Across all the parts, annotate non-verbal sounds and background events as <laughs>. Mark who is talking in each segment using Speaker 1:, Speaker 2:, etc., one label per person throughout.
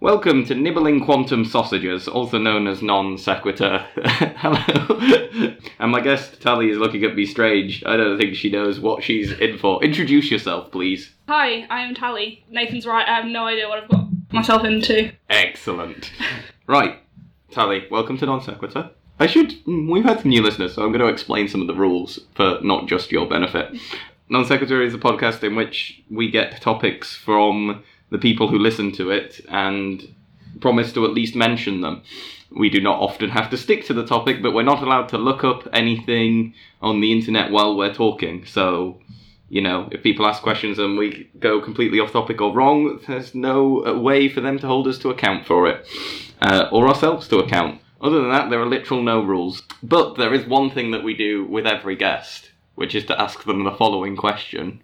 Speaker 1: Welcome to Nibbling Quantum Sausages, also known as Non Sequitur. <laughs> Hello. and my guest, Tally, is looking at me strange. I don't think she knows what she's in for. Introduce yourself, please.
Speaker 2: Hi, I am Tally. Nathan's right, I have no idea what I've got myself into.
Speaker 1: Excellent. Right, Tally, welcome to Non Sequitur. I should. mm, We've had some new listeners, so I'm going to explain some of the rules for not just your benefit. Non Sequitur is a podcast in which we get topics from the people who listen to it and promise to at least mention them. We do not often have to stick to the topic, but we're not allowed to look up anything on the internet while we're talking, so you know, if people ask questions and we go completely off topic or wrong, there's no uh, way for them to hold us to account for it, uh, or ourselves to account. Other than that, there are literal no rules. But there is one thing that we do with every guest, which is to ask them the following question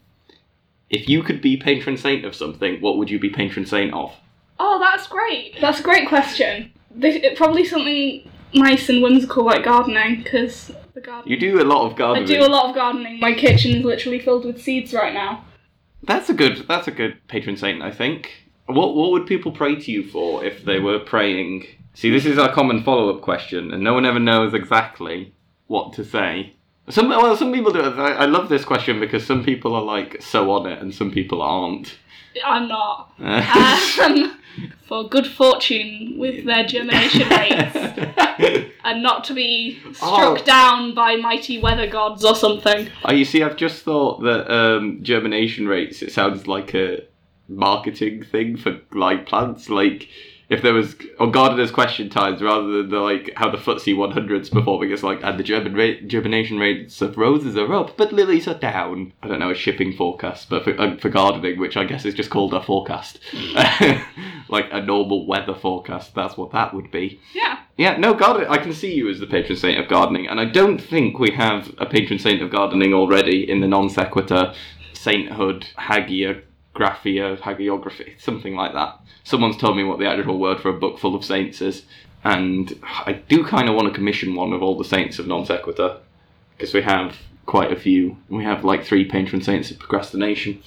Speaker 1: If you could be patron saint of something, what would you be patron saint of?
Speaker 2: Oh, that's great. That's a great question. This, it, probably something nice and whimsical like gardening, because the garden.
Speaker 1: You do a lot of
Speaker 2: I
Speaker 1: gardening.
Speaker 2: do a lot of gardening. My kitchen is literally filled with seeds right now.
Speaker 1: That's a good. That's a good patron saint, I think. What What would people pray to you for if they were praying? See, this is our common follow up question, and no one ever knows exactly what to say. Some well, some people do. I, I love this question because some people are like so on it, and some people aren't.
Speaker 2: I'm not.
Speaker 1: Uh,
Speaker 2: <laughs> Um, for good fortune with their
Speaker 1: <laughs>
Speaker 2: germination rates, and not to be struck
Speaker 1: Oh.
Speaker 2: down by mighty weather gods or something.
Speaker 1: oh, you see, I've just thought that um, germination rates. It sounds like a marketing thing for like plants, like. if there was or gardeners question times rather than the like how the FTSE 100's performing it's like and the German rate, germination rates of roses are up but lilies are down I don't know a shipping forecast but for, uh, for gardening which I guess is just called a forecast <laughs> like a normal weather forecast that's what that would be
Speaker 2: Yeah.
Speaker 1: yeah no garden I can see you as the patron saint of gardening and I don't think we have a patron saint of gardening already in the non sequitur sainthood hagia graphia, hagiography, something like that. Someone's told me what the actual word for a book full of saints is, and I do kind of want to commission one of all the saints of non sequitur because we have quite a few. We have like three patron saints of procrastination.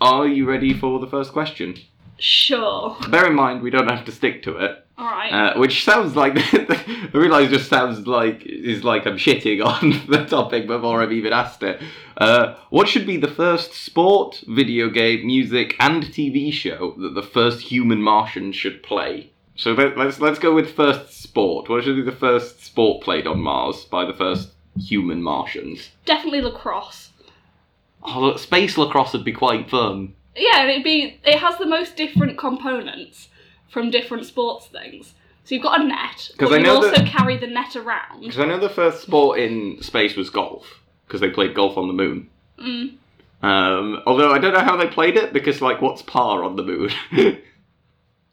Speaker 1: Are you ready for the first question?
Speaker 2: Sure.
Speaker 1: Bear in mind, we don't have to stick to it.
Speaker 2: Alright.
Speaker 1: Uh, which sounds like <laughs> I realise just sounds like is like I'm shitting on <laughs> the topic before I've even asked it. Uh, what should be the first sport, video game, music, and TV show that the first human Martian should play? So let, let's let's go with first sport. What should be the first sport played on Mars by the first human Martians?
Speaker 2: Definitely lacrosse.
Speaker 1: Oh, look, space lacrosse would be quite fun.
Speaker 2: Yeah, and it'd be it has the most different components from different sports things. So you've got a net,
Speaker 1: 'Cause
Speaker 2: but
Speaker 1: I
Speaker 2: you
Speaker 1: know
Speaker 2: also
Speaker 1: that-
Speaker 2: carry the net around.
Speaker 1: Because I know the first sport in space was golf because they played golf on the moon.
Speaker 2: Mm.
Speaker 1: Um, although I don't know how they played it because, like, what's par on the moon? <laughs> I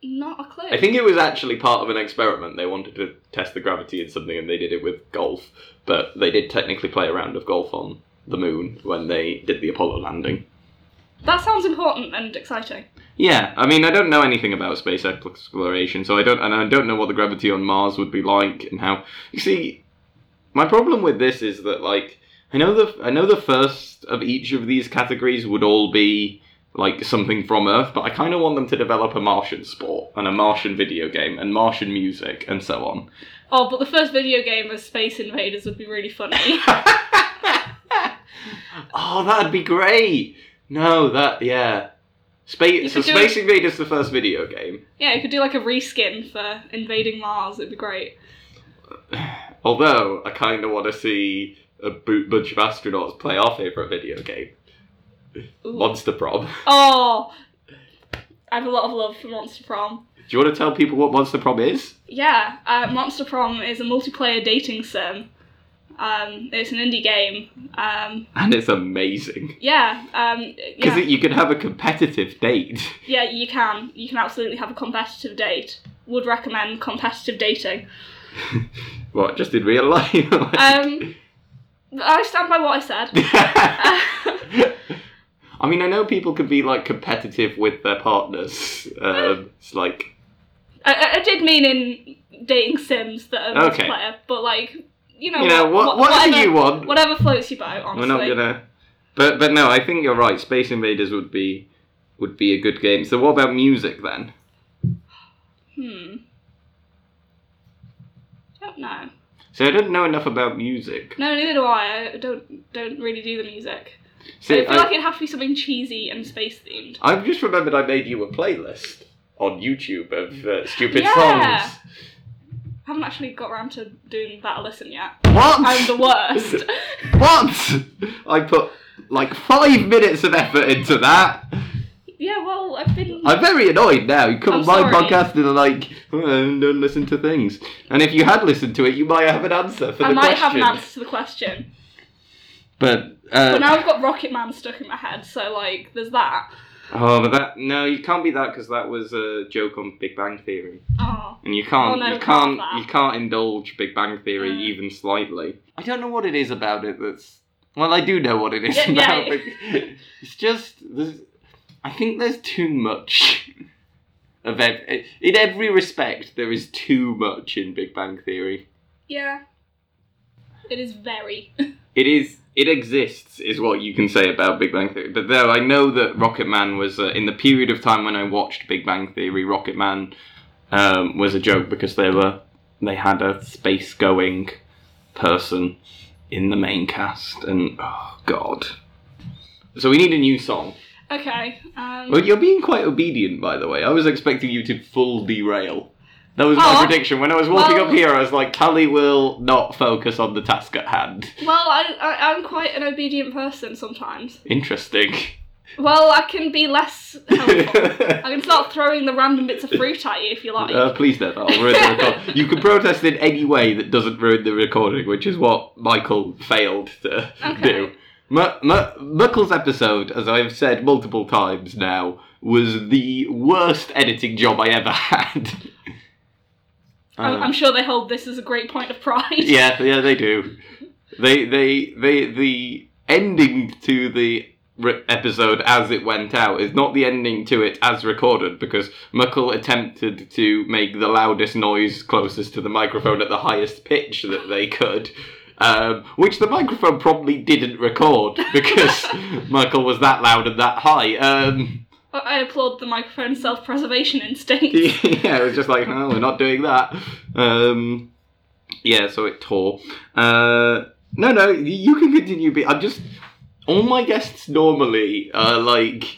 Speaker 2: Not a clue.
Speaker 1: think it was actually part of an experiment. They wanted to test the gravity in something, and they did it with golf. But they did technically play a round of golf on the moon when they did the Apollo landing.
Speaker 2: that sounds important and exciting.
Speaker 1: Yeah, I mean, I don't know anything about space exploration, so I don't, and I don't know what the gravity on Mars would be like, and how. You see, my problem with this is that, like, I know the, I know the first of each of these categories would all be like something from Earth, but I kind of want them to develop a Martian sport and a Martian video game and Martian music and so on.
Speaker 2: <laughs> Oh, but the first video game of Space Invaders would be really funny. <laughs>
Speaker 1: oh, that'd be great. No, that yeah.
Speaker 2: You
Speaker 1: Space. So
Speaker 2: could do
Speaker 1: Space Invaders, the first video game.
Speaker 2: yeah, you could do like a reskin for invading Mars. It'd be great.
Speaker 1: Although I kind of want to see a boot bunch of astronauts play our favorite video game,
Speaker 2: Ooh.
Speaker 1: Monster Prom. <laughs>
Speaker 2: Oh, I have a lot of love for Monster Prom.
Speaker 1: Do you want to tell people what Monster Prom is?
Speaker 2: Yeah, uh, Monster Prom is a multiplayer dating sim. Um, it's an indie game. Um,
Speaker 1: And it's amazing
Speaker 2: yeah, um,
Speaker 1: because
Speaker 2: yeah,
Speaker 1: you can have a competitive date. <laughs>
Speaker 2: yeah, you can. You can absolutely have a competitive date. Would recommend
Speaker 1: <laughs>
Speaker 2: competitive dating.
Speaker 1: What, just in real life? <laughs>
Speaker 2: Um, I stand by what I said. <laughs>
Speaker 1: I mean, I know people can be like competitive with their partners. Um, it's like
Speaker 2: I- I, I did mean in dating sims that are
Speaker 1: Okay.
Speaker 2: multiplayer, but like, you know,
Speaker 1: you know what?
Speaker 2: what-
Speaker 1: whatever
Speaker 2: whatever,
Speaker 1: you want,
Speaker 2: whatever floats your boat, honestly.
Speaker 1: We're not gonna. But but no, I think you're right. Space Invaders would be would be a good game. So what about music then?
Speaker 2: Hmm. Don't know.
Speaker 1: So I don't know enough about music.
Speaker 2: No, neither do I. I don't don't really do the music. So
Speaker 1: See,
Speaker 2: I feel
Speaker 1: I,
Speaker 2: like it'd have to be something cheesy and space themed.
Speaker 1: I've just remembered I made you a playlist on YouTube of uh, stupid
Speaker 2: Yeah.
Speaker 1: songs.
Speaker 2: I haven't actually got around to doing that listen yet.
Speaker 1: What?
Speaker 2: I'm
Speaker 1: <laughs>
Speaker 2: the worst.
Speaker 1: What? I put like five minutes of effort into that.
Speaker 2: yeah, well, I've been.
Speaker 1: I'm very annoyed now. You come
Speaker 2: I'm
Speaker 1: on my
Speaker 2: sorry.
Speaker 1: podcast and are like, oh, don't listen to things. And if you had listened to it, you might have an answer for
Speaker 2: I
Speaker 1: the
Speaker 2: might
Speaker 1: question.
Speaker 2: have an answer to the question,
Speaker 1: But, uh,
Speaker 2: but now I've got Rocket Man stuck in my head. So like, there's that.
Speaker 1: oh, but that no, you can't be that because that was a joke on Big Bang Theory,
Speaker 2: Oh,
Speaker 1: and you can't,
Speaker 2: Oh, no,
Speaker 1: you
Speaker 2: can't
Speaker 1: can't,
Speaker 2: that.
Speaker 1: you can't indulge Big Bang Theory
Speaker 2: Mm.
Speaker 1: even slightly. I don't know what it is about it that's. Well, I do know what it is
Speaker 2: Yeah, yeah.
Speaker 1: about. But it's just there's. I think there's too much. Of ev- in every respect, there is too much in Big Bang Theory.
Speaker 2: yeah. It is very. <laughs>
Speaker 1: It is. It exists, is what you can say about Big Bang Theory. But though I know that Rocket Man was uh, in the period of time when I watched Big Bang Theory, Rocket Man um, was a joke because they were they had a space going person in the main cast, and oh god. So we need a new song.
Speaker 2: Okay. Um,
Speaker 1: Well, you're being quite obedient, by the way. I was expecting you to full derail. That was my
Speaker 2: Oh.
Speaker 1: prediction. When I was walking
Speaker 2: Well-
Speaker 1: up here, I was like, Tally will not focus on the task at hand.
Speaker 2: well, I, I I'm quite an obedient person sometimes.
Speaker 1: Interesting.
Speaker 2: Well, I can be less
Speaker 1: <laughs>
Speaker 2: helpful.
Speaker 1: uh,
Speaker 2: I can start throwing the random bits of fruit at you if you like.
Speaker 1: please don't. I'll ruin the record. You can protest in any way that doesn't ruin the recording, which is what Michael failed to
Speaker 2: Okay.
Speaker 1: do. M- M- Michael's episode, as I have said multiple times now, was the worst editing job I ever had.
Speaker 2: Oh, I'm,
Speaker 1: Uh,
Speaker 2: I'm sure they hold this as a great point of <laughs> pride.
Speaker 1: yeah, yeah, they do. They, they, they, the ending to the re- episode as it went out is not the ending to it as recorded because Muckle attempted to make the loudest noise closest to the microphone at the highest pitch that they could. Um, which the microphone probably didn't record because Muckle was that loud and that high. Um,
Speaker 2: I- I applaud the microphone's self-preservation
Speaker 1: <laughs>
Speaker 2: instinct.
Speaker 1: yeah, it was just like, no, we're not doing that. Um, yeah, so it tore. Uh, no, no, y- you can continue. Be- I'm just all my guests normally are like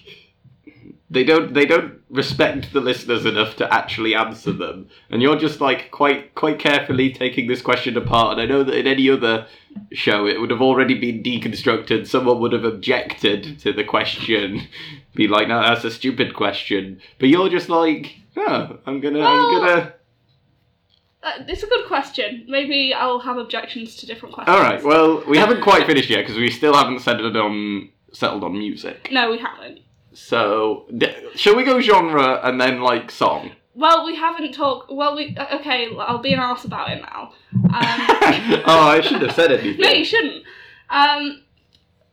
Speaker 1: they don't they don't respect the listeners enough to actually answer them, and you're just like quite quite carefully taking this question apart. And I know that in any other show, it would have already been deconstructed. Someone would have objected to the question, <laughs> be like, "No, that's a stupid question," but you're just like. Oh, I'm gonna, I'm
Speaker 2: Well- <laughs>
Speaker 1: gonna.
Speaker 2: Uh, it's a good question. Maybe I'll have objections to different questions.
Speaker 1: All right. Well, we haven't quite finished yet because we still haven't settled on settled on music.
Speaker 2: No, we haven't.
Speaker 1: So, d- shall we go genre and then like song? <laughs>
Speaker 2: Well, we haven't talked. Well, we uh, okay. well, I'll be an arse about it now.
Speaker 1: <laughs>
Speaker 2: Um,
Speaker 1: oh, I shouldn't have said
Speaker 2: no, you
Speaker 1: anything.
Speaker 2: shouldn't. Um,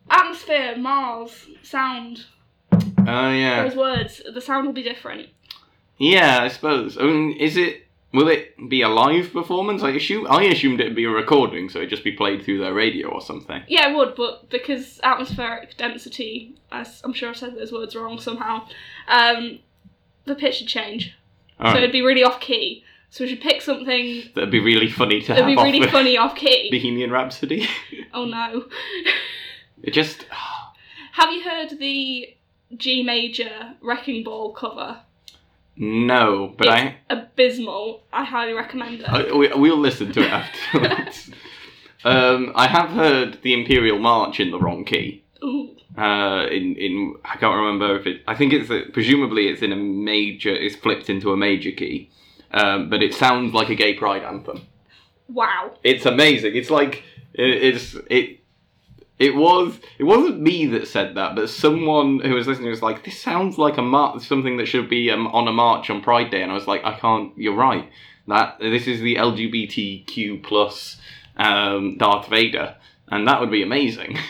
Speaker 2: atmosphere, Mars, sound.
Speaker 1: Oh yeah,
Speaker 2: Those words. The sound will be different.
Speaker 1: yeah. I suppose. I mean, is it? Will it be a live performance? I assume. I assumed it'd be a recording, so it'd just be played through their radio or something.
Speaker 2: Yeah, it would, but because atmospheric density, as I'm sure I said those words wrong somehow, um, the pitch would change.
Speaker 1: All
Speaker 2: so
Speaker 1: right.
Speaker 2: it'd be really off key. So we should pick something
Speaker 1: That'd be really funny to
Speaker 2: that'd
Speaker 1: have
Speaker 2: be
Speaker 1: off
Speaker 2: really
Speaker 1: with
Speaker 2: funny off key.
Speaker 1: <laughs> Bohemian Rhapsody. <laughs>
Speaker 2: Oh no.
Speaker 1: It just.
Speaker 2: Have you heard the G major Wrecking Ball cover?
Speaker 1: No, but I,
Speaker 2: Abysmal. I highly recommend it.
Speaker 1: I we, we'll listen to it <laughs> afterwards. um, I have heard the Imperial March in the wrong key.
Speaker 2: Ooh.
Speaker 1: uh, in in I can't remember if it. I think it's a, presumably it's in a major. It's flipped into a major key, um, but it sounds like a gay pride anthem.
Speaker 2: Wow.
Speaker 1: It's amazing. It's like it, it's it. It was. It wasn't me that said that, but someone who was listening was like, "This sounds like a mar- something that should be um, on a march on Pride Day," and I was like, "I can't. You're right. That this is the LGBTQ plus um, Darth Vader, and that would be amazing." <laughs>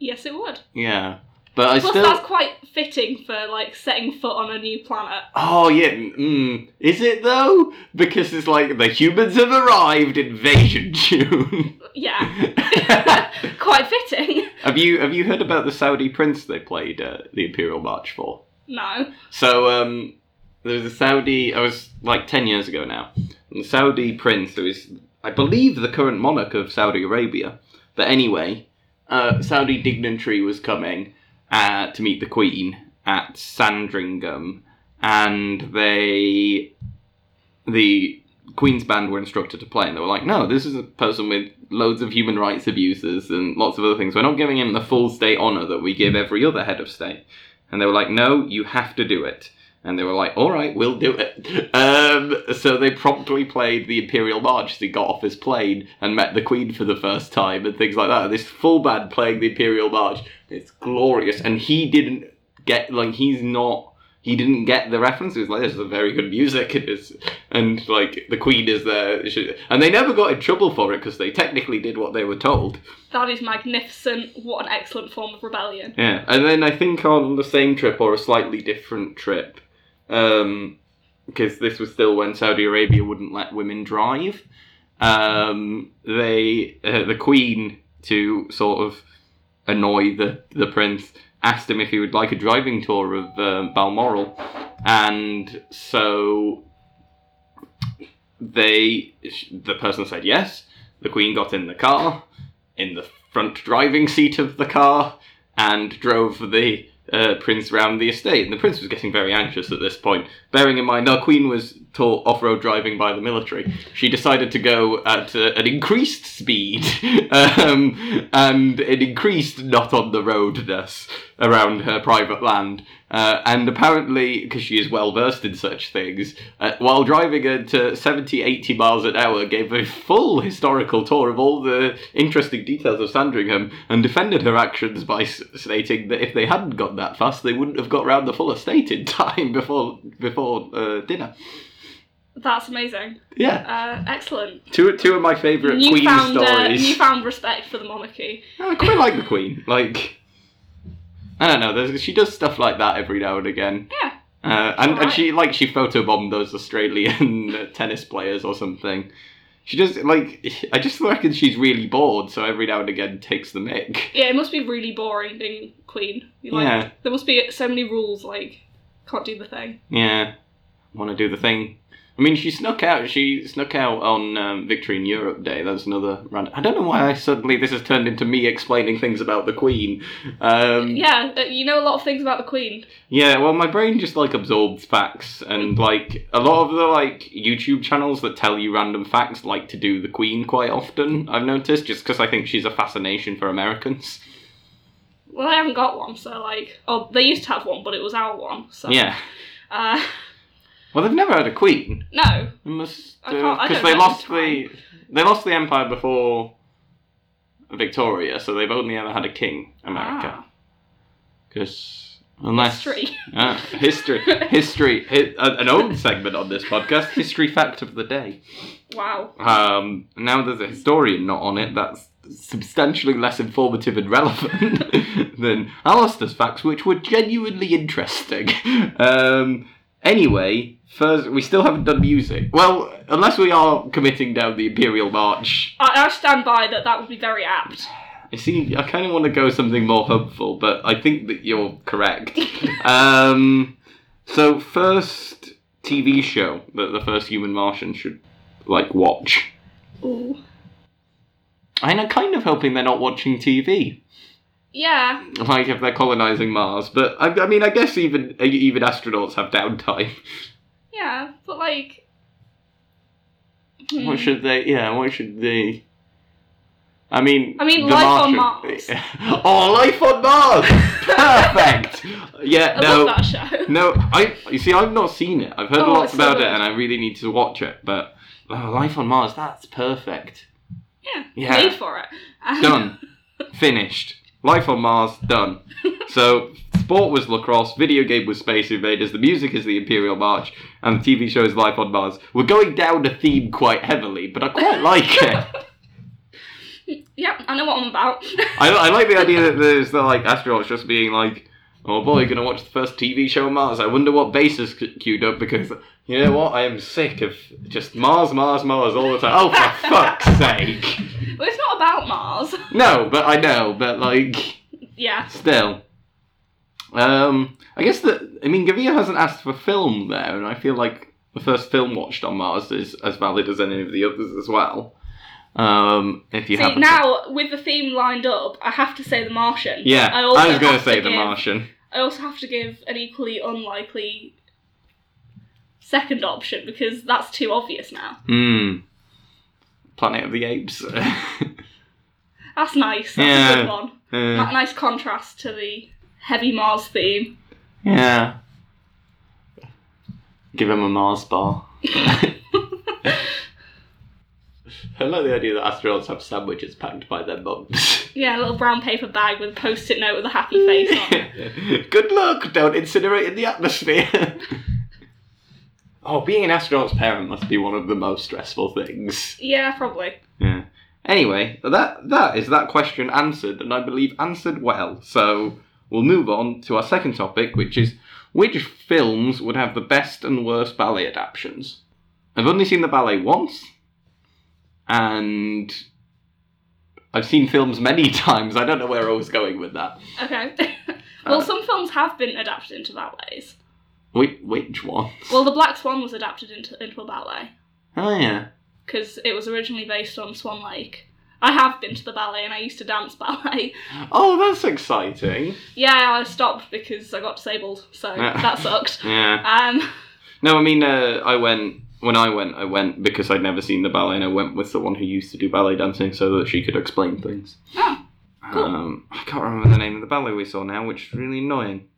Speaker 2: Yes it would.
Speaker 1: yeah, but I
Speaker 2: Plus
Speaker 1: still.
Speaker 2: that's quite fitting for like setting foot on a new planet.
Speaker 1: Oh yeah, mm, is it though? Because it's like the humans have arrived, invasion <laughs>
Speaker 2: <laughs>
Speaker 1: June.
Speaker 2: Yeah.
Speaker 1: have
Speaker 2: quite fitting. <laughs>
Speaker 1: you have you heard about the Saudi prince they played uh, the Imperial March for?
Speaker 2: No.
Speaker 1: So um, There was a Saudi. I was like ten years ago now. And the Saudi prince, who is, I believe, the current monarch of Saudi Arabia. But anyway, uh, Saudi dignitary was coming uh, to meet the Queen at Sandringham, and they, the Queen's band were instructed to play, and they were like, "No, this is a person with loads of human rights abuses and lots of other things. We're not giving him the full state honor that we give every other head of state." And they were like, "No, you have to do it." And they were like, "All right, we'll do it." <laughs> Um, so they promptly played the Imperial March. They got off his plane and met the Queen for the first time and things like that. This full band playing the Imperial March. It's glorious, and he didn't get like he's not he didn't get the reference. He was like, "This is very good music," <laughs> it is, and like the Queen is there, She- and they never got in trouble for it because they technically did what they were told.
Speaker 2: That is magnificent. What an excellent form of <laughs> rebellion.
Speaker 1: Yeah, and then I think on the same trip or a slightly different trip, because this was still when Saudi Arabia wouldn't let women drive. Um, they uh, the Queen to sort of annoy the the prince asked him if he would like a driving tour of uh, Balmoral, and so they the person said yes. The Queen got in the car, in the front driving seat of the car and drove the uh, prince round the estate. And the prince was getting very anxious at this point. Bearing in mind, our queen was taught off road driving by the military. She decided to go at uh, an increased speed <laughs> um, and an increased not on the roadness around her private land. Uh, and apparently, because she is well versed in such things, uh, while driving at uh, 70, 80 miles an hour, gave a full historical tour of all the interesting details of Sandringham and defended her actions by s- stating that if they hadn't gone that fast, they wouldn't have got round the full estate in <laughs> time before before uh, dinner.
Speaker 2: That's amazing.
Speaker 1: Yeah,
Speaker 2: Uh, excellent.
Speaker 1: two two of my favourite Queen
Speaker 2: Newfound, uh,
Speaker 1: stories.
Speaker 2: newfound respect for the monarchy.
Speaker 1: I quite like the Queen. Like, I don't know. There's, she does stuff like that every now and again.
Speaker 2: Yeah.
Speaker 1: Uh, and, and
Speaker 2: Alright.
Speaker 1: she like she photobombed those Australian <laughs> uh, tennis players or something. She just like I just reckon she's really bored, so every now and again takes the mic.
Speaker 2: Yeah, it must be really boring being queen. You like,
Speaker 1: Yeah.
Speaker 2: There must be so many rules, like, can't do the thing.
Speaker 1: Yeah, want to do the thing. I mean, she snuck out. She snuck out on um, Victory in Europe Day. That's another random. I don't know why I suddenly this has turned into me explaining things about the Queen. Um,
Speaker 2: Yeah, uh, you know a lot of things about the queen.
Speaker 1: Yeah, well, my brain just like absorbs facts, and like a lot of the like YouTube channels that tell you random facts like to do the Queen quite often. I've noticed just because I think she's a fascination for Americans.
Speaker 2: Well, I haven't got one, so, like, oh, they used to have one, but it was our one, so.
Speaker 1: Yeah.
Speaker 2: Uh, <laughs>
Speaker 1: Well, they've never had a Queen.
Speaker 2: no.
Speaker 1: They must
Speaker 2: I can't- I
Speaker 1: because they
Speaker 2: don't know
Speaker 1: lost
Speaker 2: the time.
Speaker 1: the they lost the empire before Victoria, so they've only ever had a king, America.
Speaker 2: Ah,
Speaker 1: Because unless
Speaker 2: history.
Speaker 1: Ah,
Speaker 2: <laughs>
Speaker 1: history, history, hi- a- an old segment on this podcast, history fact of the day.
Speaker 2: Wow.
Speaker 1: Um, now there's a historian not on it. That's substantially less informative and relevant <laughs> than Alistair's facts, which were genuinely interesting. Um, anyway, first we still haven't done music. Well, unless we are committing down the Imperial March.
Speaker 2: I, I stand by that that would be very apt.
Speaker 1: You see, I kind of want to go something more hopeful, but I think that you're correct. um, so first TV show that the first human Martian should like watch.
Speaker 2: Ooh.
Speaker 1: And I'm kind of hoping they're not watching TV,
Speaker 2: Yeah,
Speaker 1: like if they're colonizing Mars. But I, I mean, I guess even uh, even astronauts have downtime.
Speaker 2: yeah, but like. hmm.
Speaker 1: What should they? Yeah, what should they? I mean,
Speaker 2: I mean,
Speaker 1: the
Speaker 2: life on
Speaker 1: Martian- <laughs> oh, life on Mars! Perfect. yeah,
Speaker 2: I
Speaker 1: no,
Speaker 2: love that show.
Speaker 1: no. I you see, I've not seen it. I've heard
Speaker 2: Oh,
Speaker 1: lots
Speaker 2: it's so
Speaker 1: about it,
Speaker 2: good.
Speaker 1: and I really need to watch it. But oh, life on Mars, that's perfect.
Speaker 2: Yeah,
Speaker 1: <laughs> Yeah.
Speaker 2: made for it. Um,
Speaker 1: done, finished. Life on Mars, done. So, sport was lacrosse, video game was Space Invaders, the music is the Imperial March, and the TV show is Life on Mars. We're going down the theme quite heavily, but I quite like it.
Speaker 2: <laughs> Yep, I know what I'm about. <laughs>
Speaker 1: I, I like the idea that there's the like astronauts just being like, "Oh boy, gonna watch the first TV show on Mars." I wonder what base is cu- queued up because you know what? I am sick of just Mars, Mars, Mars all the time. Oh, for fuck's sake!
Speaker 2: but it's not about Mars. <laughs>
Speaker 1: No, but I know, but like.
Speaker 2: Yeah.
Speaker 1: Still. Um, I guess that I mean Gavia hasn't asked for film there, and I feel like the first film watched on Mars is as valid as any of the others as well. Um, if you
Speaker 2: See,
Speaker 1: haven't,
Speaker 2: now with the theme lined up, I have to say The Martian.
Speaker 1: yeah,
Speaker 2: I, also
Speaker 1: I was going
Speaker 2: have
Speaker 1: to say
Speaker 2: give,
Speaker 1: The Martian.
Speaker 2: I also have to give an equally unlikely second option because that's too obvious now.
Speaker 1: Hmm. Planet of the Apes. <laughs> Uh,
Speaker 2: That's nice. That's a
Speaker 1: Yeah.
Speaker 2: good one.
Speaker 1: Uh,
Speaker 2: Ni- Nice contrast to the heavy Mars theme.
Speaker 1: yeah. Give him a Mars
Speaker 2: <laughs>
Speaker 1: bar. <laughs> I like the idea that astronauts have sandwiches packed by their <laughs> mums.
Speaker 2: Yeah, a little brown paper bag with a post-it note with a happy face
Speaker 1: <laughs>
Speaker 2: on.
Speaker 1: Good luck! Don't incinerate in the atmosphere.
Speaker 2: <laughs>
Speaker 1: oh, being an astronaut's parent must be one of the most stressful things.
Speaker 2: Yeah, probably.
Speaker 1: Yeah. Anyway, that that is that question answered, and I believe answered well. So we'll move on to our second topic, which is which films would have the best and worst ballet adaptations. I've only seen the ballet once, and I've seen films many <laughs> times. I don't know where I was going with that.
Speaker 2: Okay. <laughs> well,
Speaker 1: Uh,
Speaker 2: some films have been adapted into ballets.
Speaker 1: Which, which one?
Speaker 2: Well, The Black Swan was adapted into, into a ballet
Speaker 1: Oh yeah.
Speaker 2: because it was originally based on Swan Lake. I have been to the ballet and I used to dance ballet.
Speaker 1: Oh, that's exciting.
Speaker 2: yeah, I stopped because I got disabled, so
Speaker 1: Yeah. <laughs>
Speaker 2: that sucked.
Speaker 1: Yeah. <laughs>
Speaker 2: Um,
Speaker 1: No, I mean, uh, I went when I went. I went because I'd never seen the ballet, and I went with the one who used to do ballet dancing so that she could explain things.
Speaker 2: oh, Cool.
Speaker 1: Um, I can't remember the name of the ballet we saw now, which is really annoying.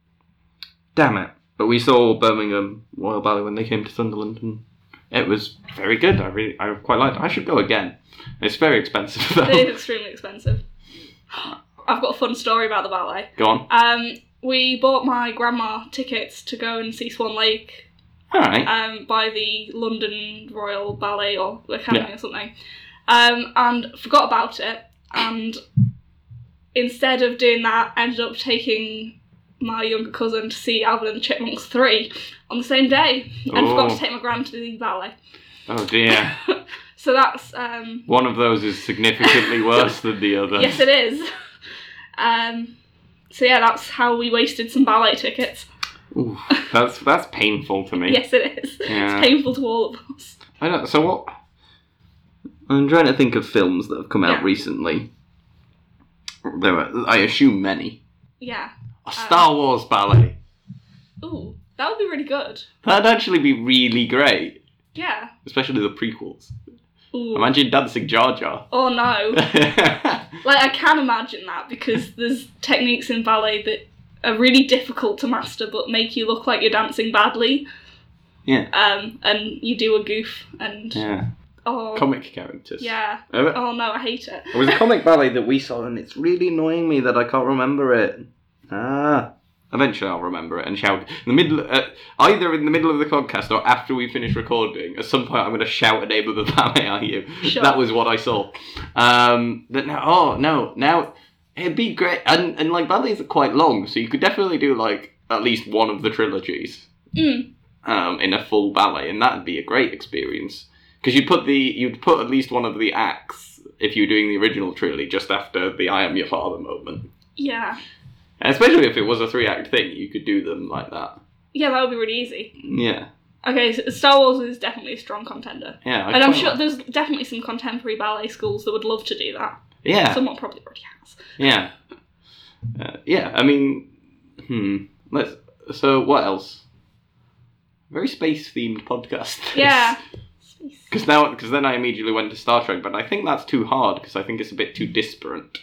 Speaker 1: Damn it! But we saw Birmingham Royal Ballet when they came to Sunderland, and it was very good. I really, I quite liked. it. I should go again. It's very expensive
Speaker 2: <laughs> it
Speaker 1: though.
Speaker 2: is extremely expensive. I've got a fun story about the ballet.
Speaker 1: go on.
Speaker 2: Um, we bought my grandma tickets to go and see Swan Lake
Speaker 1: All right.
Speaker 2: um, by the London Royal Ballet or Academy or something, um, and forgot about it. And instead of doing that, ended up taking my younger cousin to see Alvin and the Chipmunks three on the same day, and forgot
Speaker 1: Oh.
Speaker 2: to take my grand to the ballet.
Speaker 1: Oh dear.
Speaker 2: So that's um,
Speaker 1: One of those is significantly worse than the other.
Speaker 2: yes, it is. <laughs> Um, so yeah, that's how we wasted some ballet tickets.
Speaker 1: Ooh, that's that's painful to me.
Speaker 2: Yes, it is. <laughs>
Speaker 1: Yeah.
Speaker 2: It's painful to all of us.
Speaker 1: I don't. So what? I'm trying to think of films that have come out
Speaker 2: Yeah.
Speaker 1: recently. There are, I assume, many.
Speaker 2: Yeah.
Speaker 1: A Star Wars ballet.
Speaker 2: Ooh, that would be really good.
Speaker 1: That'd actually be really great,
Speaker 2: Yeah.
Speaker 1: especially the prequels.
Speaker 2: Ooh.
Speaker 1: Imagine dancing Jar Jar. <laughs>
Speaker 2: Oh no.
Speaker 1: yeah,
Speaker 2: Like I can imagine that because there's techniques in ballet that are really difficult to master but make you look like you're dancing badly.
Speaker 1: Yeah.
Speaker 2: Um and you do a goof and oh
Speaker 1: comic characters.
Speaker 2: yeah.
Speaker 1: Uh,
Speaker 2: Oh no, I hate it.
Speaker 1: It was a comic ballet that we saw, and it's really annoying me that I can't remember it. Ah. Eventually, I'll remember it and shout in the middle, uh, either in the middle of the podcast or after we finish recording. At some point, I'm going to shout a name of the <laughs> ballet at you.
Speaker 2: Sure.
Speaker 1: That was what I saw. Um, but now, oh no, now it'd be great, and and like ballets are quite long, so you could definitely do like at least one of the trilogies
Speaker 2: Mm.
Speaker 1: um, in a full ballet, and that'd be a great experience because you'd put the you'd put at least one of the acts if you were doing the original trilogy just after the "I am your father" moment.
Speaker 2: <laughs> Yeah.
Speaker 1: And especially if it was a three act thing, you could do them like that.
Speaker 2: Yeah, that would be really easy.
Speaker 1: Yeah,
Speaker 2: Okay, so Star Wars is definitely a strong contender.
Speaker 1: yeah. I
Speaker 2: and I'm
Speaker 1: quite
Speaker 2: sure
Speaker 1: like-
Speaker 2: there's definitely some contemporary ballet schools that would love to do that.
Speaker 1: Yeah,
Speaker 2: Someone probably already has.
Speaker 1: yeah, uh, yeah. I mean, hmm. Let's. So what else? Very space themed podcast. <laughs> this.
Speaker 2: Yeah.
Speaker 1: Because now, because then I immediately went to Star Trek, but I think that's too hard because I think it's a bit too disparate.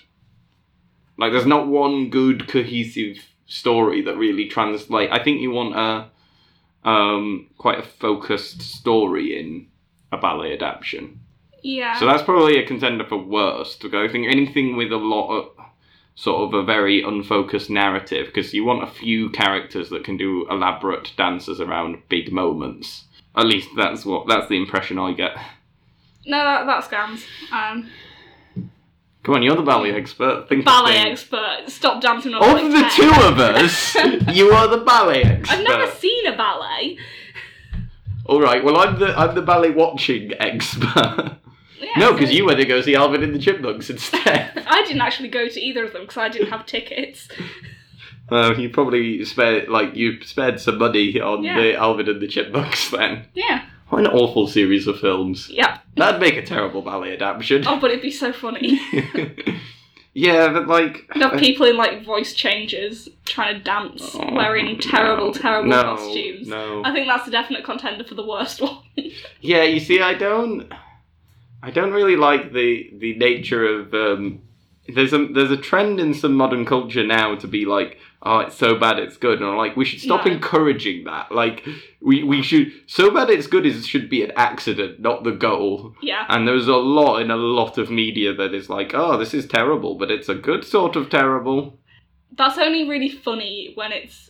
Speaker 1: Like, there's not one good cohesive story that really trans. Like, I think you want a, um, quite a focused story in a ballet adaptation.
Speaker 2: Yeah.
Speaker 1: So that's probably a contender for worst. Because I think anything with a lot of sort of a very unfocused narrative, because you want a few characters that can do elaborate dances around big moments. At least that's what that's the impression I get.
Speaker 2: no, that, that scams. Um,
Speaker 1: Come on, you're the ballet expert. Think of
Speaker 2: ballet
Speaker 1: things.
Speaker 2: expert. Stop dancing on
Speaker 1: Of the two of us,
Speaker 2: <laughs>
Speaker 1: you are the ballet expert.
Speaker 2: I've never seen a ballet.
Speaker 1: All right. Well, I'm the I'm the ballet watching
Speaker 2: <laughs>
Speaker 1: expert.
Speaker 2: Yeah,
Speaker 1: no,
Speaker 2: so-
Speaker 1: because you went to go see
Speaker 2: <laughs>
Speaker 1: Alvin and the Chipmunks instead.
Speaker 2: I didn't actually go to either of them because I didn't have tickets.
Speaker 1: Uh, you probably spared like you spared some money on
Speaker 2: Yeah.
Speaker 1: the Alvin and the Chipmunks. Then
Speaker 2: Yeah.
Speaker 1: what an awful series of films.
Speaker 2: Yeah.
Speaker 1: That'd make a terrible ballet adaptation.
Speaker 2: Oh, but it'd be so funny.
Speaker 1: <laughs>
Speaker 2: <laughs>
Speaker 1: yeah, but like
Speaker 2: You'd have people in like voice changes trying to dance,
Speaker 1: Oh,
Speaker 2: wearing terrible,
Speaker 1: no,
Speaker 2: terrible
Speaker 1: no,
Speaker 2: costumes.
Speaker 1: No.
Speaker 2: I think that's a definite contender for the worst <laughs> one.
Speaker 1: Yeah, you see, I don't, I don't really like the the nature of. Um, there's a there's a trend in some modern culture now to be like, oh, it's so bad it's good, and I'm like, we should stop
Speaker 2: No.
Speaker 1: encouraging that. Like, we we should so bad it's good is should be an accident, not the goal.
Speaker 2: yeah.
Speaker 1: And there's a lot in a lot of media that is like, oh, this is terrible, but it's a good sort of terrible.
Speaker 2: That's only really funny when it's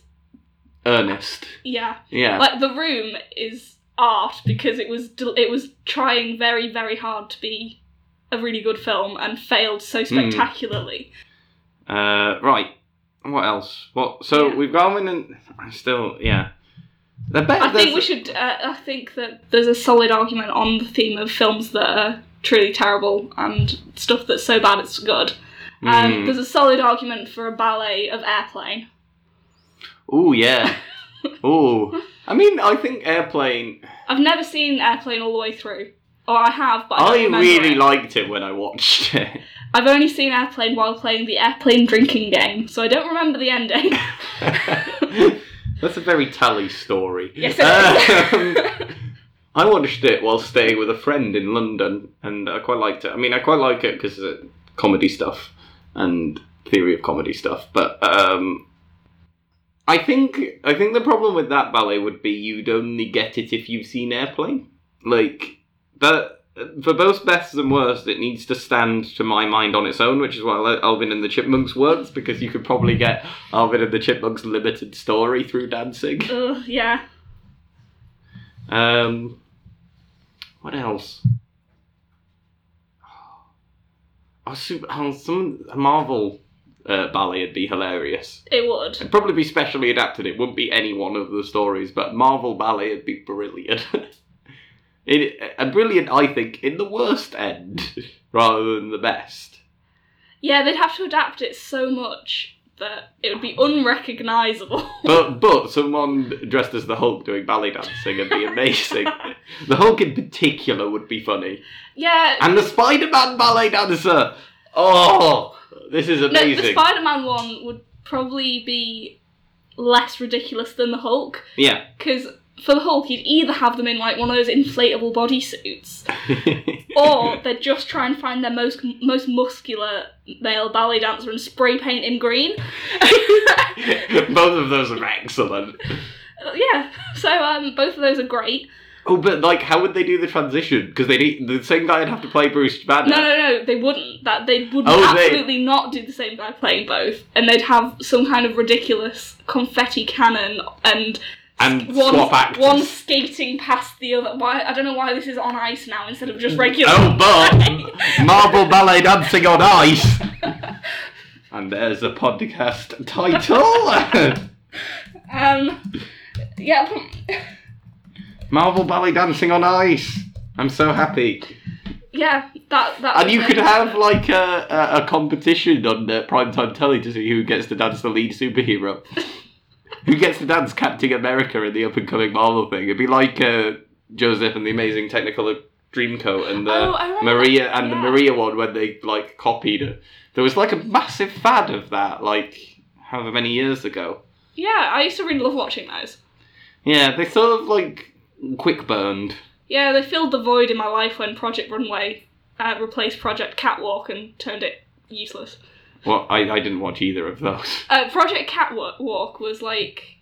Speaker 1: Earnest,
Speaker 2: yeah.
Speaker 1: yeah.
Speaker 2: Like the room is art because it was del- it was trying very very hard to be a really good film and failed so spectacularly.
Speaker 1: Uh, right. What else? What? So
Speaker 2: Yeah.
Speaker 1: we've gone in and I'm still yeah. The bet.
Speaker 2: I think we should. Uh, I think that there's a solid argument on the theme of films that are truly terrible and stuff that's so bad it's good.
Speaker 1: Hmm.
Speaker 2: Um, there's a solid argument for a ballet of Airplane.
Speaker 1: Oh
Speaker 2: <laughs>
Speaker 1: yeah. oh. I mean, I think Airplane.
Speaker 2: I've never seen Airplane all the way through, or I have, but I,
Speaker 1: I,
Speaker 2: don't remember
Speaker 1: really
Speaker 2: it.
Speaker 1: liked it when I watched
Speaker 2: <laughs>
Speaker 1: it.
Speaker 2: I've only seen Airplane while playing the Airplane drinking game, so I don't remember the ending.
Speaker 1: That's a very tally story.
Speaker 2: Yes, it
Speaker 1: Um,
Speaker 2: <laughs>
Speaker 1: I watched it while staying with a friend in London, and I quite liked it. I mean, I quite like it because it's comedy stuff and theory of comedy stuff. But um, I think I think the problem with that ballet would be you'd only get it if you've seen Airplane. Like that for both best and worst, it needs to stand to my mind on its own, which is why Al- Alvin and the Chipmunks works because you could probably get Alvin and the Chipmunks limited story through dancing.
Speaker 2: Ugh, yeah.
Speaker 1: Um, what else? Oh, super, oh, some a Marvel uh, ballet would be hilarious.
Speaker 2: It would.
Speaker 1: It'd probably be specially adapted. It wouldn't be any one of the stories, but Marvel ballet would be brilliant. <laughs> it and brilliant, I think, in the worst end <laughs> rather than the best.
Speaker 2: Yeah, they'd have to adapt it so much that it would be unrecognisable.
Speaker 1: But but someone dressed as the Hulk doing ballet dancing would be
Speaker 2: <laughs>
Speaker 1: amazing. the Hulk in particular would be funny.
Speaker 2: <laughs> yeah.
Speaker 1: And the Spider Man ballet dancer! Oh, this is
Speaker 2: No, the
Speaker 1: amazing.
Speaker 2: Spider Man one would probably be less ridiculous than the Hulk,
Speaker 1: yeah. <laughs>
Speaker 2: because for the Hulk, you'd either have them in like one of those inflatable bodysuits, or they'd just try and find their most most muscular male ballet dancer and spray paint him green.
Speaker 1: Both of those are excellent.
Speaker 2: <laughs> yeah, so um, both of those are great.
Speaker 1: Oh, but like, how would they do the transition? Because they need the same guy would have to play Bruce Banner.
Speaker 2: No, no, no, they wouldn't. That they would
Speaker 1: Uh-huh. Oh, they-
Speaker 2: absolutely not do the same guy playing both, and they'd have some kind of ridiculous confetti cannon and
Speaker 1: and
Speaker 2: one
Speaker 1: swap actors.
Speaker 2: one skating past the other. Why I don't know why this is on ice now instead of just regular.
Speaker 1: Oh,
Speaker 2: <laughs>
Speaker 1: but marble ballet dancing on ice. and there's a podcast
Speaker 2: <laughs>
Speaker 1: title:
Speaker 2: Um, yeah, <laughs>
Speaker 1: Marble ballet dancing on ice. I'm so happy.
Speaker 2: yeah, that that.
Speaker 1: And you could
Speaker 2: <laughs>
Speaker 1: have like a, a, a competition on the primetime telly to see who gets to dance the lead
Speaker 2: <laughs>
Speaker 1: superhero. who gets to dance Captain America in the up and coming Marvel thing. It'd be like uh, Joseph and the Amazing Technicolor Dreamcoat and the
Speaker 2: Oh, I remember
Speaker 1: Maria
Speaker 2: that,
Speaker 1: and the
Speaker 2: yeah.
Speaker 1: Maria one when they like copied it. There was like a massive fad of that, like however many years ago.
Speaker 2: Yeah, I used to really love watching those.
Speaker 1: Yeah, they sort of like quick burned.
Speaker 2: Yeah, they filled the void in my life when Project Runway uh, replaced Project Catwalk and turned it useless.
Speaker 1: Well, I, I didn't watch either of those. <laughs>
Speaker 2: uh, Project Catwalk Walk was like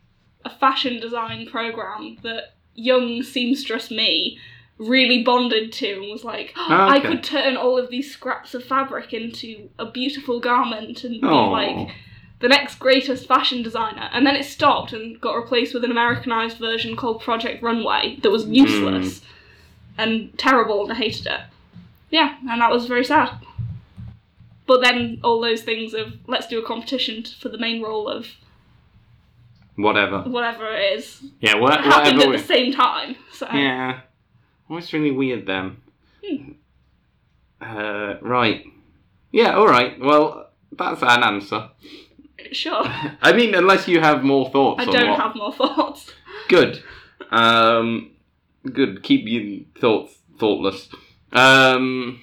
Speaker 2: a fashion design program that young seamstress me really bonded to and was like, "Oh,
Speaker 1: Ah,
Speaker 2: I
Speaker 1: okay.
Speaker 2: could turn all of these scraps of fabric into a beautiful garment and be
Speaker 1: Oh.
Speaker 2: like the next greatest fashion designer. And then it stopped and got replaced with an Americanized version called Project Runway that
Speaker 1: Hmm.
Speaker 2: was useless and terrible and I hated it. Yeah, and that was very sad. But then all those things of let's do a competition t- for the main role of
Speaker 1: Whatever.
Speaker 2: whatever it is
Speaker 1: Yeah, wha-
Speaker 2: happened
Speaker 1: whatever.
Speaker 2: at
Speaker 1: we-
Speaker 2: the same time. So
Speaker 1: Yeah. Well, it's really weird then.
Speaker 2: Uh, Hmm.
Speaker 1: Uh, right. Yeah, alright. Well, that's an answer. <laughs>
Speaker 2: sure.
Speaker 1: I mean, unless you have more thoughts.
Speaker 2: I
Speaker 1: on
Speaker 2: don't
Speaker 1: what-
Speaker 2: have more <laughs> thoughts.
Speaker 1: Good. Um, good. Keep you thoughts thoughtless. Um,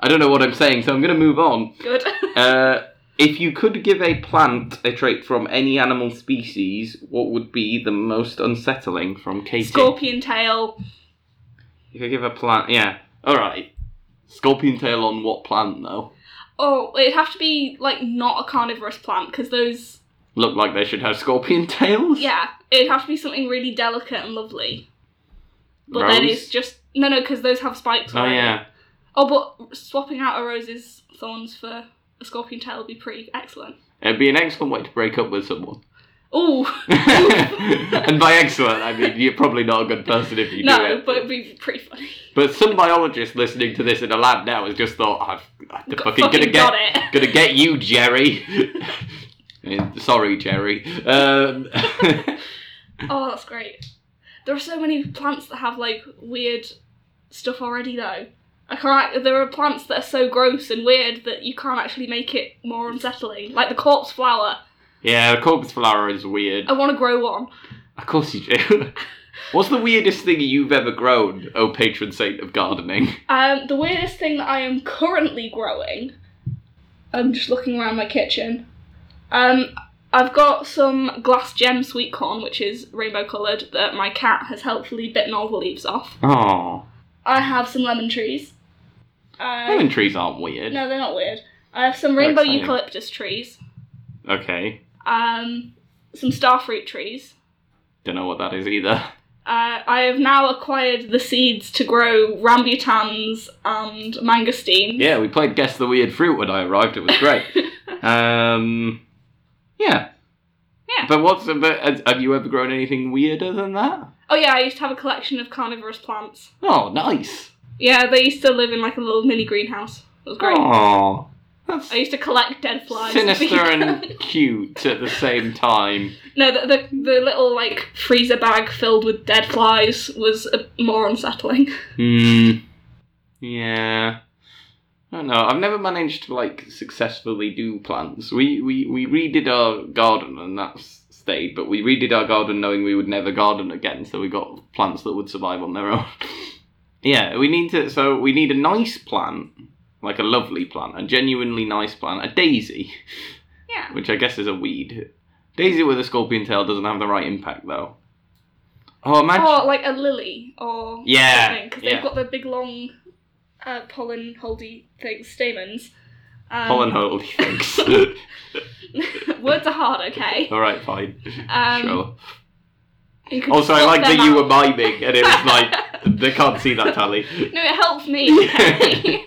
Speaker 1: I don't know what I'm saying, so I'm going to move on.
Speaker 2: Good.
Speaker 1: Uh, if you could give a plant a trait from any animal species, what would be the most unsettling from Katie?
Speaker 2: Scorpion tail.
Speaker 1: If I give a plant, yeah. All right. Scorpion tail on what plant though?
Speaker 2: Oh, it'd have to be like not a carnivorous plant because those.
Speaker 1: Look like they should have scorpion <laughs> tails.
Speaker 2: Yeah, it'd have to be something really delicate and lovely. But
Speaker 1: Rose?
Speaker 2: then it's just no, no, because those have spikes.
Speaker 1: Oh
Speaker 2: already.
Speaker 1: yeah.
Speaker 2: Oh, but swapping out a rose's thorns for a scorpion tail would be pretty excellent.
Speaker 1: It'd be an excellent way to break up with
Speaker 2: <laughs>
Speaker 1: someone. <laughs>
Speaker 2: Ooh.
Speaker 1: and by excellent, I mean you're probably not a good person if you do
Speaker 2: <laughs> no,
Speaker 1: it.
Speaker 2: but it'd be pretty funny.
Speaker 1: But some biologist listening to this in a lab now has just thought, "I've I'm
Speaker 2: Got-
Speaker 1: fucking, gonna get,
Speaker 2: got
Speaker 1: <laughs>
Speaker 2: it.
Speaker 1: gonna get you, Jerry." <laughs> Eh, Sorry, Jerry. Um, <laughs>
Speaker 2: <laughs> Oh, that's great. There are so many plants that have like weird stuff already, though. I can't. There are plants that are so gross and weird that you can't actually make it more unsettling. Like the corpse flower.
Speaker 1: yeah, a corpse flower is weird.
Speaker 2: I want to grow one.
Speaker 1: Of course you do. <laughs> What's the weirdest thing you've ever grown, oh patron saint of gardening?
Speaker 2: Um, the weirdest thing that I am currently growing. I'm just looking around my kitchen. Um, I've got some glass gem sweet corn, which is rainbow coloured, that my cat has helpfully bitten all the leaves off.
Speaker 1: Oh,
Speaker 2: I have some lemon trees. Um,
Speaker 1: lemon trees aren't weird.
Speaker 2: No, they're not weird. I have some
Speaker 1: They're
Speaker 2: rainbow
Speaker 1: exciting.
Speaker 2: eucalyptus trees,
Speaker 1: Okay,
Speaker 2: um, some starfruit trees.
Speaker 1: don't know what that is either.
Speaker 2: Uh, I have now acquired the seeds to grow rambutans and mangosteens.
Speaker 1: Yeah, we played Guess the Weird Fruit when I arrived. It was
Speaker 2: <laughs>
Speaker 1: great. um, yeah.
Speaker 2: Yeah.
Speaker 1: But what's but has- have you ever grown anything weirder than that?
Speaker 2: Oh yeah, I used to have a collection of carnivorous plants.
Speaker 1: Oh, nice.
Speaker 2: Yeah, they used to live in like a little mini greenhouse. It was great.
Speaker 1: Aw. that's
Speaker 2: I used to collect dead flies. <laughs>
Speaker 1: sinister and cute at the same time.
Speaker 2: no, the, the the little like freezer bag filled with dead flies was uh, more unsettling. <laughs>
Speaker 1: Hmm. Yeah. I don't know. I've never managed to like successfully do plants. We we we redid our garden and that's stayed, but we redid our garden knowing we would never garden again, so we got plants that would survive on their own. <laughs> yeah, we need to. So we need a nice plant, like a lovely plant, a genuinely nice plant, a daisy, <laughs>
Speaker 2: Yeah.
Speaker 1: which I guess is a weed. Daisy with a scorpion tail doesn't have the right impact though. Oh, imagine.
Speaker 2: Or like a lily or
Speaker 1: yeah.
Speaker 2: because
Speaker 1: yeah.
Speaker 2: they've got the big long uh, pollen holdy things, stamens. Um,
Speaker 1: Pollen <laughs> hold, thanks.
Speaker 2: <laughs> words are
Speaker 1: <laughs>
Speaker 2: hard, okay.
Speaker 1: All right, fine.
Speaker 2: Um,
Speaker 1: sure.
Speaker 2: You could
Speaker 1: Also, I
Speaker 2: swap
Speaker 1: like
Speaker 2: them
Speaker 1: that you
Speaker 2: out.
Speaker 1: were miming, and it was
Speaker 2: <laughs>
Speaker 1: like they can't see that tally.
Speaker 2: No, it helped me.
Speaker 1: <laughs>
Speaker 2: <laughs> okay?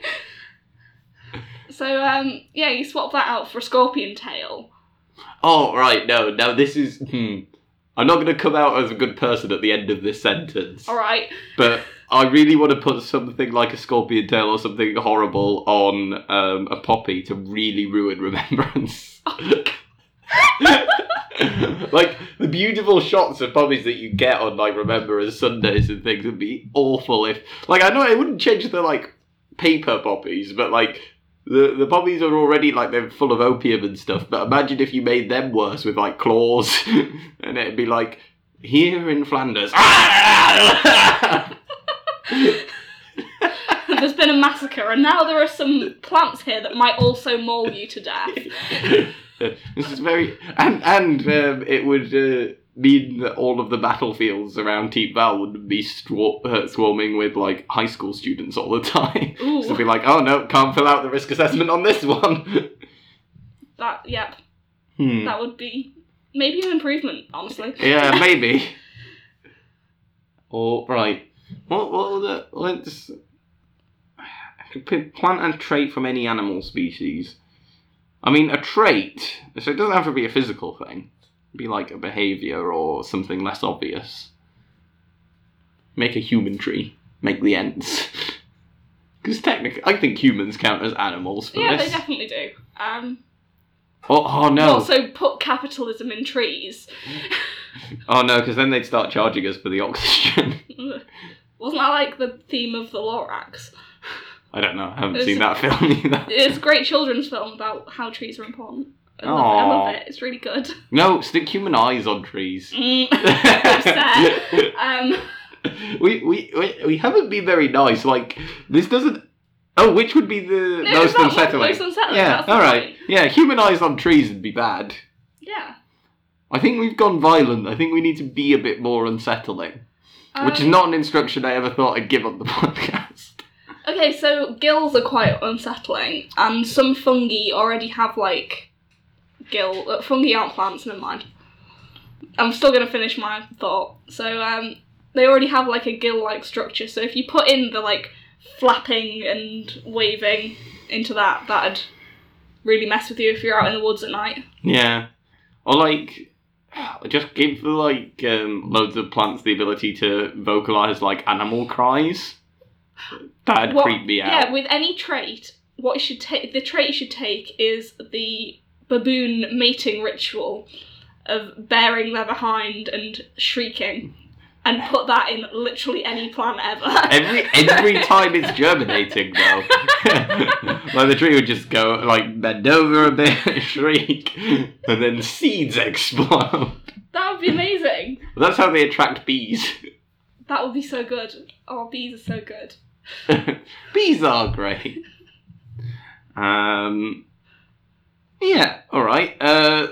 Speaker 2: so um, yeah, you swap that out for a scorpion tail.
Speaker 1: Oh, right. No, no. This is. Hmm. I'm not going to come out as a good person at the end of this sentence,
Speaker 2: All right. <laughs>
Speaker 1: but I really want to put something like a scorpion tail or something horrible on um, a poppy to really ruin remembrance. <laughs> like the beautiful shots of puppies that you get on like Remembrance Sundays and things would be awful if like I know it wouldn't change the like paper poppies, but like the the poppies are already like they're full of opium and stuff. But imagine if you made them worse with like claws, <laughs> and it'd be like here in Flanders. <laughs>
Speaker 2: There's been a massacre, and now there are some plants here that might also maul you
Speaker 1: <laughs>
Speaker 2: to death.
Speaker 1: this is very and and um, it would uh, mean that all of the battlefields around Teep Val would be swa- uh, swarming with like high school students all the <laughs> time. so
Speaker 2: Ooh,
Speaker 1: be like, oh no, can't fill out the risk assessment on this one.
Speaker 2: that yep,
Speaker 1: Hmm.
Speaker 2: that would be maybe an improvement, honestly.
Speaker 1: Yeah, maybe. All right. What? What? Were the, let's plant a trait from any animal species. I mean, a trait. So it doesn't have to be a physical thing. It'd be like a behavior or something less obvious. Make a human tree. Make the <laughs> ants. Because technically, I think humans count as animals for
Speaker 2: Yeah, they
Speaker 1: this.
Speaker 2: definitely do. Um,
Speaker 1: Oh, oh no!
Speaker 2: Also, put capitalism in trees. <laughs>
Speaker 1: Oh no! Because then they'd start charging us for the oxygen. <laughs>
Speaker 2: Ugh. Wasn't that like the theme of the Lorax?
Speaker 1: I don't know. I haven't
Speaker 2: It's-
Speaker 1: seen that film <laughs> either.
Speaker 2: It's a great children's film about how trees are important. I love, it. I love
Speaker 1: Aw.
Speaker 2: it. It's really good.
Speaker 1: No, stick human eyes on trees.
Speaker 2: Mm. <laughs> upset. um,
Speaker 1: we, we we we haven't been very nice. Like this doesn't. Oh, which would be the
Speaker 2: no,
Speaker 1: most
Speaker 2: it's not
Speaker 1: unsettling?
Speaker 2: Most unsettling.
Speaker 1: yeah,
Speaker 2: That's the
Speaker 1: all right.
Speaker 2: point.
Speaker 1: Yeah, human eyes on trees would be bad.
Speaker 2: Yeah.
Speaker 1: I think we've gone violent. I think we need to be a bit more unsettling, which is
Speaker 2: Um,
Speaker 1: not an instruction I ever thought I'd give on the <laughs> podcast.
Speaker 2: Okay, so gills are quite unsettling, and some fungi already have like gill. Uh, fungi aren't plants, never mind. I'm still gonna finish my thought. So um, they already have like a gill-like structure. So if you put in the like flapping and waving into that, that'd really mess with you if you're out in the woods at night.
Speaker 1: Yeah, or like just give the like um, loads of plants the ability to vocalize like animal cries. That'd
Speaker 2: What-
Speaker 1: creep me out.
Speaker 2: Yeah, with any trait, what you should take the trait you should take is the baboon mating ritual of bearing their behind and shrieking. And put that in literally any plant ever.
Speaker 1: Every every time it's germinating though, <laughs> like the tree would just go like bend over a bit, <laughs> shriek, and then seeds explode.
Speaker 2: <laughs> that would be amazing.
Speaker 1: That's how they attract bees.
Speaker 2: That would be so good. Oh, bees are so good.
Speaker 1: <laughs> bees are great. Um, yeah, all right. Uh,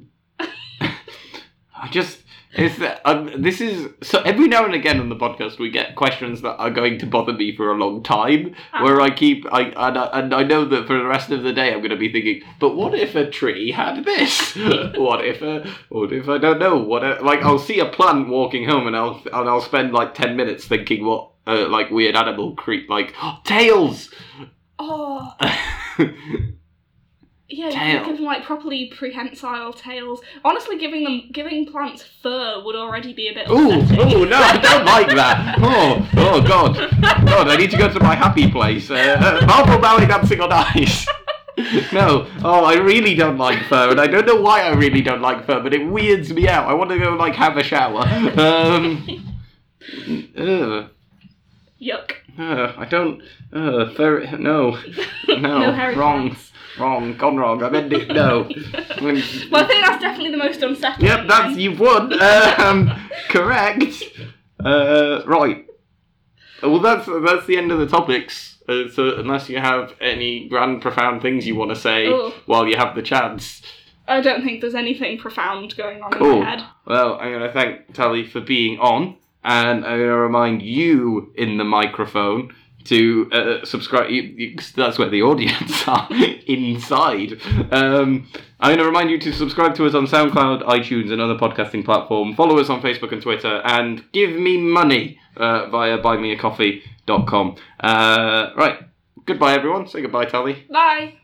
Speaker 1: <laughs> I just it's um, this is so every now and again on the podcast we get questions that are going to bother me for a long time.
Speaker 2: Ah.
Speaker 1: Where I keep I and, I and I know that for the rest of the day I'm going to be thinking, but what if a tree had this? <laughs> what if a what if I don't know what a, like I'll see a plant walking home and I'll and I'll spend like ten minutes thinking what uh, like weird animal creep like tails. <laughs>
Speaker 2: Oh, yeah, you
Speaker 1: Tail.
Speaker 2: could give them like properly prehensile tails. Honestly, giving them giving plants fur would already be a bit.
Speaker 1: Ooh,
Speaker 2: upsetting.
Speaker 1: ooh, no, I
Speaker 2: <laughs>
Speaker 1: don't like that. Oh, oh, God. God, I need to go to my happy place. Uh, uh, Marble Ballet Dancing on Ice. <laughs> no, oh, I really don't like fur, and I don't know why I really don't like fur, but it weirds me out. I want to go, like, have a shower. Um. <laughs> Ugh.
Speaker 2: Yuck.
Speaker 1: Uh, I don't. Uh, fur. No. No.
Speaker 2: <laughs> No hairy
Speaker 1: wrong.
Speaker 2: plants.
Speaker 1: Wrong. Gone wrong. I meant it.
Speaker 2: <laughs>
Speaker 1: No.
Speaker 2: Well, I think that's definitely the most unsettling.
Speaker 1: Yep, that's
Speaker 2: thing.
Speaker 1: you've won. <laughs> Um, correct. Uh, right. Well, that's that's the end of the topics. Uh, so unless you have any grand, profound things you want to say
Speaker 2: Ooh.
Speaker 1: while you have the chance,
Speaker 2: I don't think there's anything profound going on in
Speaker 1: Cool.
Speaker 2: my head.
Speaker 1: well, I'm going to thank Tally for being on, and I'm going to remind you in the microphone to uh, subscribe. You, you, 'cause that's where the <laughs> audience are inside. Um, I'm going to remind you to subscribe to us on SoundCloud, iTunes, and other podcasting platform. Follow us on Facebook and Twitter, and give me money uh, via buymeacoffee.com. Uh, right, goodbye, everyone. Say goodbye, Tally.
Speaker 2: Bye.